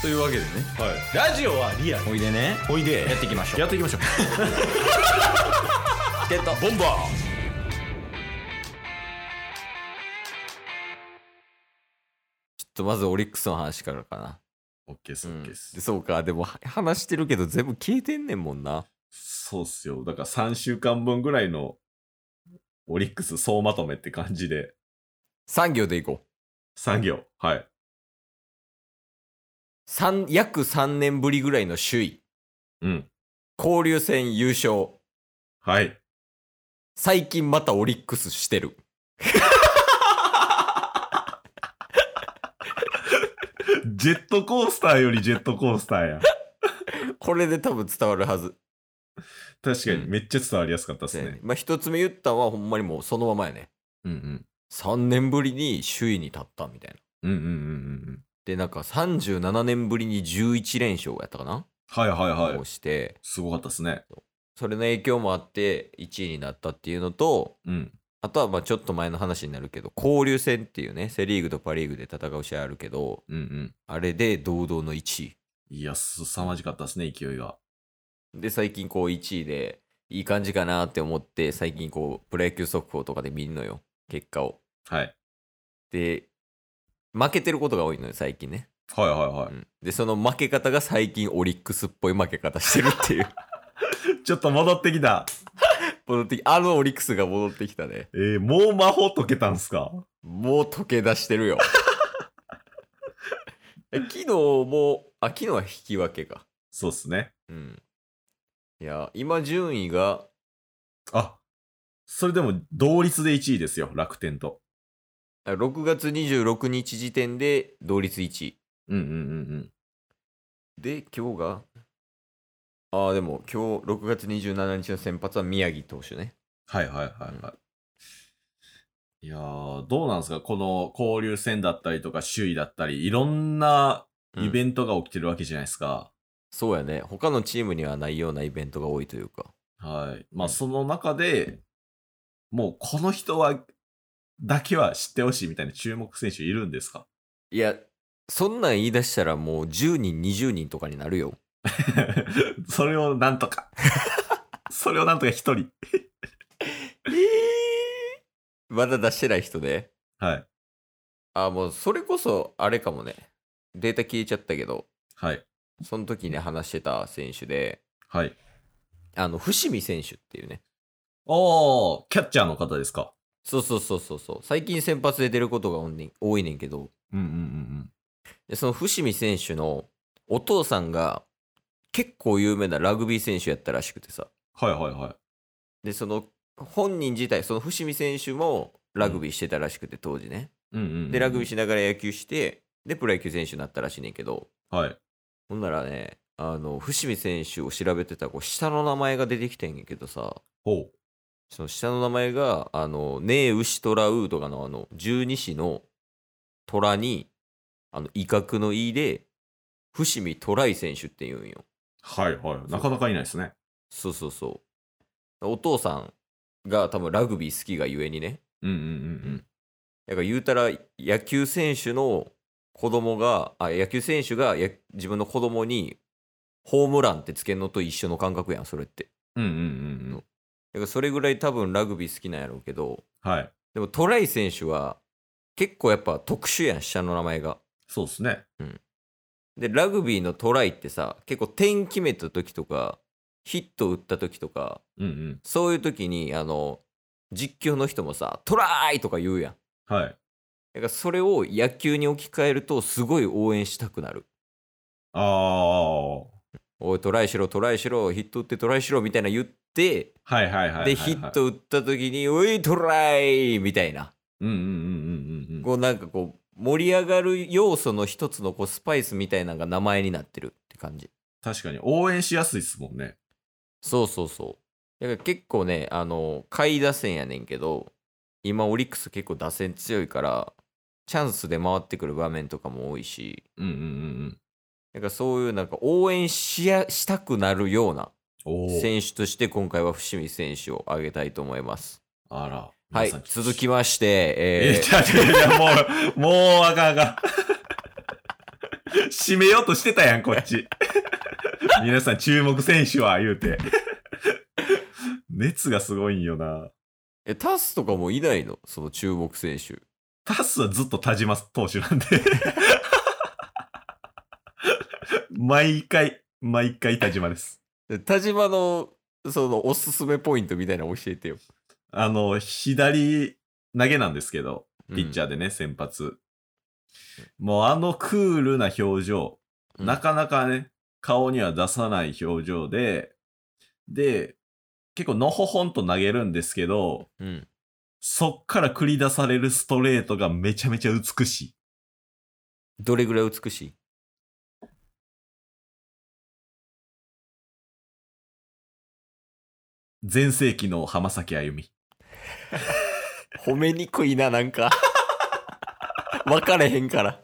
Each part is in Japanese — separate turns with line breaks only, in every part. というわけでね
はい、ラジオはリアル
おいでね
おいで
やっていきましょう
やっていきましょう
ってた
ボンバ
ちょっとまずオリックスの話からかな。
ーオッケーです
う
オッ
ん
ケーで、
ですそうか、でもは話してるけど全部消えてんねんもんな。
そうっすよだから3週間分ぐらいのオリックス総まとめって感じで
3行でいこう。
3行はい
三約3年ぶりぐらいの首位。
うん
交流戦優勝。
はい
最近またオリックスしてる。
ジェットコースターよりジェットコースターや
これで多分伝わるはず。
確かにめっちゃ伝わりやすかったですね、
ねまあ一つ目言ったのはほんまにもうそのままやね。
うんうん
3年ぶりに首位に立ったみたいな。
うんうんうんうんうん
で、なんか37年ぶりに11連勝やったかな、
はいはいは
を
い
して、
すごかったですね
それの影響もあって1位になったっていうのと、
うん
あとはまあちょっと前の話になるけど交流戦っていうねセ・リーグとパ・リーグで戦う試合あるけど
うんうん
あれで堂々の1位
いや凄まじかったですね勢いが
で最近こう1位でいい感じかなって思って最近こうプロ野球速報とかで見んのよ結果を
はい
で負けてることが多いのよ最近ね、
はいはいは
うんでその負け方が最近オリックスっぽい負け方してるっていう
い ちょっと戻ってきた
戻ってきあのオリックスが戻ってきたね
えー、もう魔法解けたんすか
もう溶け出してるよえ昨日もあ昨日は引き分けか
そうっすね
うん。いや、今順位が、
あ、それでも同率で1位ですよ、楽天と。
あ6月26日時点で同率1位。
うんうんうん
で、今日が、ああ、でも今日6月27日の先発は宮城投手ね。
はいはいはいはい。いやー、どうなんですかこの交流戦だったりとか、首位だったり、いろんなイ
ント
ベントが起きてるわけじゃないですか。
そうやね。他のチームにはないようなイベントが多いというか。
はい。まあ、その中で、もうこの人は、だけは知ってほしいみたいな注目選手いるんですか
いや、そんなん言い出したらもう10人、20人とかになるよ。
それをなんとか。それをなんとか1人。
まだ出してない人で。
はい。
ああ、もうそれこそあれかもね。データ消えちゃったけど、
はい。
その時に話してた選手で、
はい。
あの伏見選手っていうね
おー、キャッチャーの方ですか
そうそうそうそうそう最近先発で出ることが多いねん多いねんけど
うんうんうんうん。
でその伏見選手のお父さんが結構有名なラグビー選手やったらしくてさ
はいはいはい。
でその本人自体その伏見選手もラグビーしてたらしくて当時ね
うんうん、
でラグビーしながら野球してでプロ野球選手になったらしいねんけど
はい。
ほんならねあの伏見選手を調べてたこう下の名前が出てきてんやけどさ
ほう。
その下の名前が、あの、ねえ、牛虎うとかの、あの、十二支の虎に、あの、威嚇の威で、伏見トライ選手って言うんよ。
はいはい。なかなかいないですね。
そうそうそう。お父さんが多分ラグビー好きがゆえにね。
うんうんうん
だから言うたら、野球選手の子供が、あ、野球選手がや自分の子供に、ホームランってつけんのと一緒の感覚やん、それって。
うん。うんうんうんうん。
だからそれぐらい多分ラグビー好きなんやろうけど、
はい。
でもトライ選手は結構やっぱ特殊やん下の名前が。
そうですね。
でラグビーのトライってさ結構点決めた時とかヒット打った時とか
うんうん。
そういう時にあの実況の人もさ「トライ!」とか言うやん。
はい。
だからそれを野球に置き換えるとすごい応援したくなる。
ああ。は
おいトライしろトライしろヒット打ってトライしろみたいな言って
いはいはいはい、はい。
でヒッ。ト打った時に「おいトライ!」みたいな
うんうんうんうんうんうん。
こうなんかこう盛り上がる要素の一つのこうスパイスみたいなのが名前になってるって感じ
確かに応援しやすいですもんね。
そうそうそうだから結構ねあの下位打線やねんけど今オリックス結構打線強いからチャンスで回ってくる場面とかも多いし
うんうんうん
だからそういうなんか応援しやしたくなるような
うん。おー。
選手として今回は伏見選手を挙げたいと思います
あら。
は
皆
い
さん
続。きまして
え
えー
ー、ちゃちゃちゃ、もう、もうあかんあかん。締めようとしてたやん、こっち。皆さん注目選手は、言うて。熱がすごいんよな。
え、タスとかもいないのその注目選手。
タスはずっと田島投手なんで。毎回、毎回田島です。
で田島の、その、おすすめポイントみたいなの教えてよ。
あの、左投げなんですけど、ピッチャ
ー。
ーでね、先発。もうあのクールな表情、
うん
なかなかね、顔には出さない表情で、で、結構のほほんと投げるんですけど、
うん。
そっから繰り出されるストレートがめちゃめちゃ美しい。
どれぐらい美しい
全盛期の浜崎あゆみ。
褒めにくいな、なんか。 分かれへんから。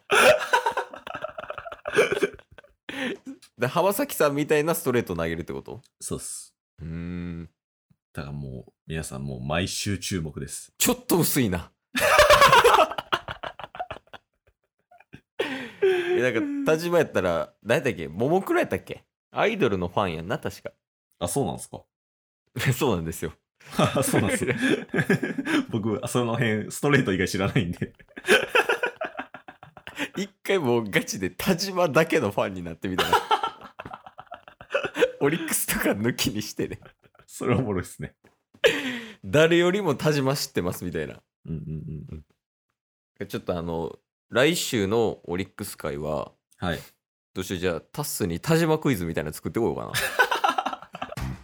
で浜崎さんみたいなストレート投げるってこと
そうっす。
うーん。
だからもう、皆さんもう毎週注目です。
ちょっと薄いな。えなんか、田島やったら、誰だっけももクロやったっけアイドルのファンやんな、確か。
あ、そうなんですか
そうなんですよ。
あそうなんですよ僕、その辺、ストレート以外知らないんで。
一回もうガチで田島だけのファンになってみたらオリックスとか抜きにしてね
それおもろいですね。
誰よりも田島知ってますみたいな
うんうんうんうん。
ちょっとあの来週のオリックス会は
はい。
どうしようじゃあタッスに田島クイズみたいなの作ってこようかな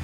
す